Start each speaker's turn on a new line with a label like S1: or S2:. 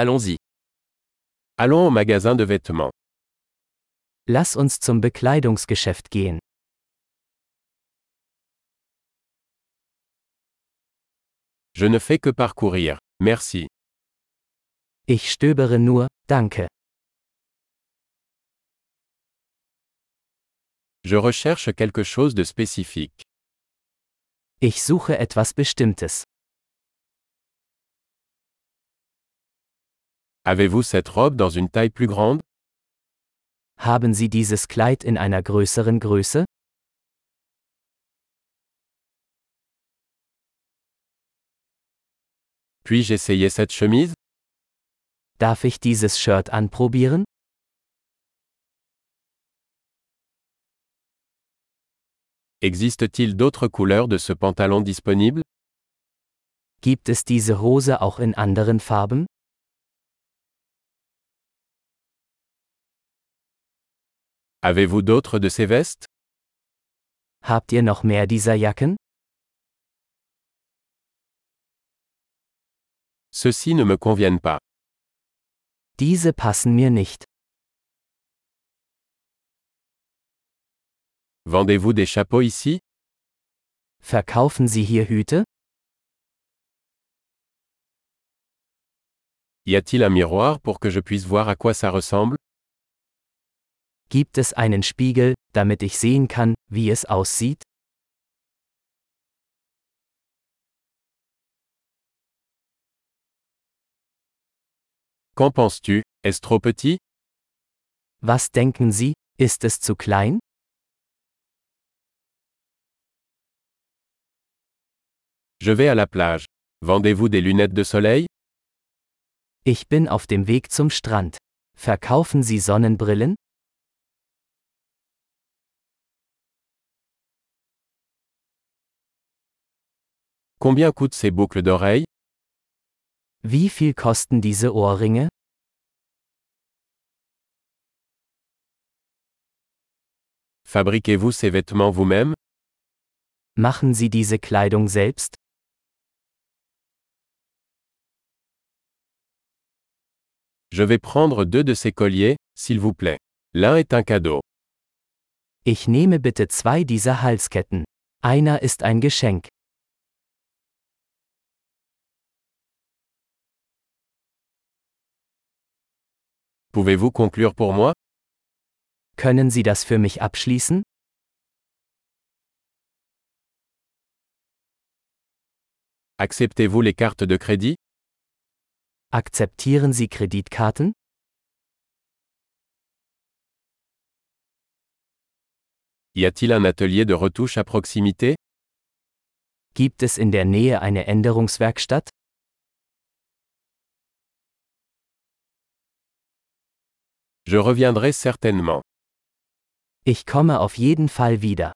S1: Allons-y. Allons au magasin de vêtements.
S2: Lass uns zum Bekleidungsgeschäft gehen.
S1: Je ne fais que parcourir. Merci.
S2: Ich stöbere nur, danke.
S1: Je recherche quelque chose de spécifique.
S2: Ich suche etwas Bestimmtes.
S1: Avez-vous cette robe dans une taille plus grande
S2: Haben Sie dieses Kleid in einer größeren Größe?
S1: Puis-je essayer cette chemise
S2: Darf ich dieses Shirt anprobieren?
S1: Existe-t-il d'autres couleurs de ce pantalon disponible
S2: Gibt es diese Hose auch in anderen Farben?
S1: Avez-vous d'autres de ces vestes
S2: Habt ihr noch mehr dieser Jacken?
S1: Ceux-ci ne me conviennent pas.
S2: Diese passen mir nicht.
S1: Vendez-vous des chapeaux ici
S2: Verkaufen Sie hier Hüte?
S1: Y a-t-il un miroir pour que je puisse voir à quoi ça ressemble
S2: Gibt es einen Spiegel, damit ich sehen kann, wie es aussieht?
S1: Qu'en penses-tu Est-ce trop petit
S2: Was denken Sie, ist es zu klein?
S1: Je vais à la plage. Vendez-vous des lunettes de soleil
S2: Ich bin auf dem Weg zum Strand. Verkaufen Sie Sonnenbrillen?
S1: Combien coûtent ces boucles d'oreilles
S2: Wie viel kosten diese Ohrringe?
S1: Fabriquez-vous ces vêtements vous-même
S2: Machen Sie diese Kleidung selbst?
S1: Je vais prendre deux de ces colliers, s'il vous plaît. L'un est un cadeau.
S2: Ich nehme bitte zwei dieser Halsketten. Einer ist ein Geschenk.
S1: Pouvez-vous conclure pour moi
S2: Können Sie das für mich abschließen?
S1: Acceptez-vous les cartes de crédit
S2: Akzeptieren Sie Kreditkarten?
S1: Y a-t-il un atelier de retouche à proximité
S2: Gibt es in der Nähe eine Änderungswerkstatt?
S1: Je reviendrai certainement.
S2: Ich komme auf jeden Fall wieder.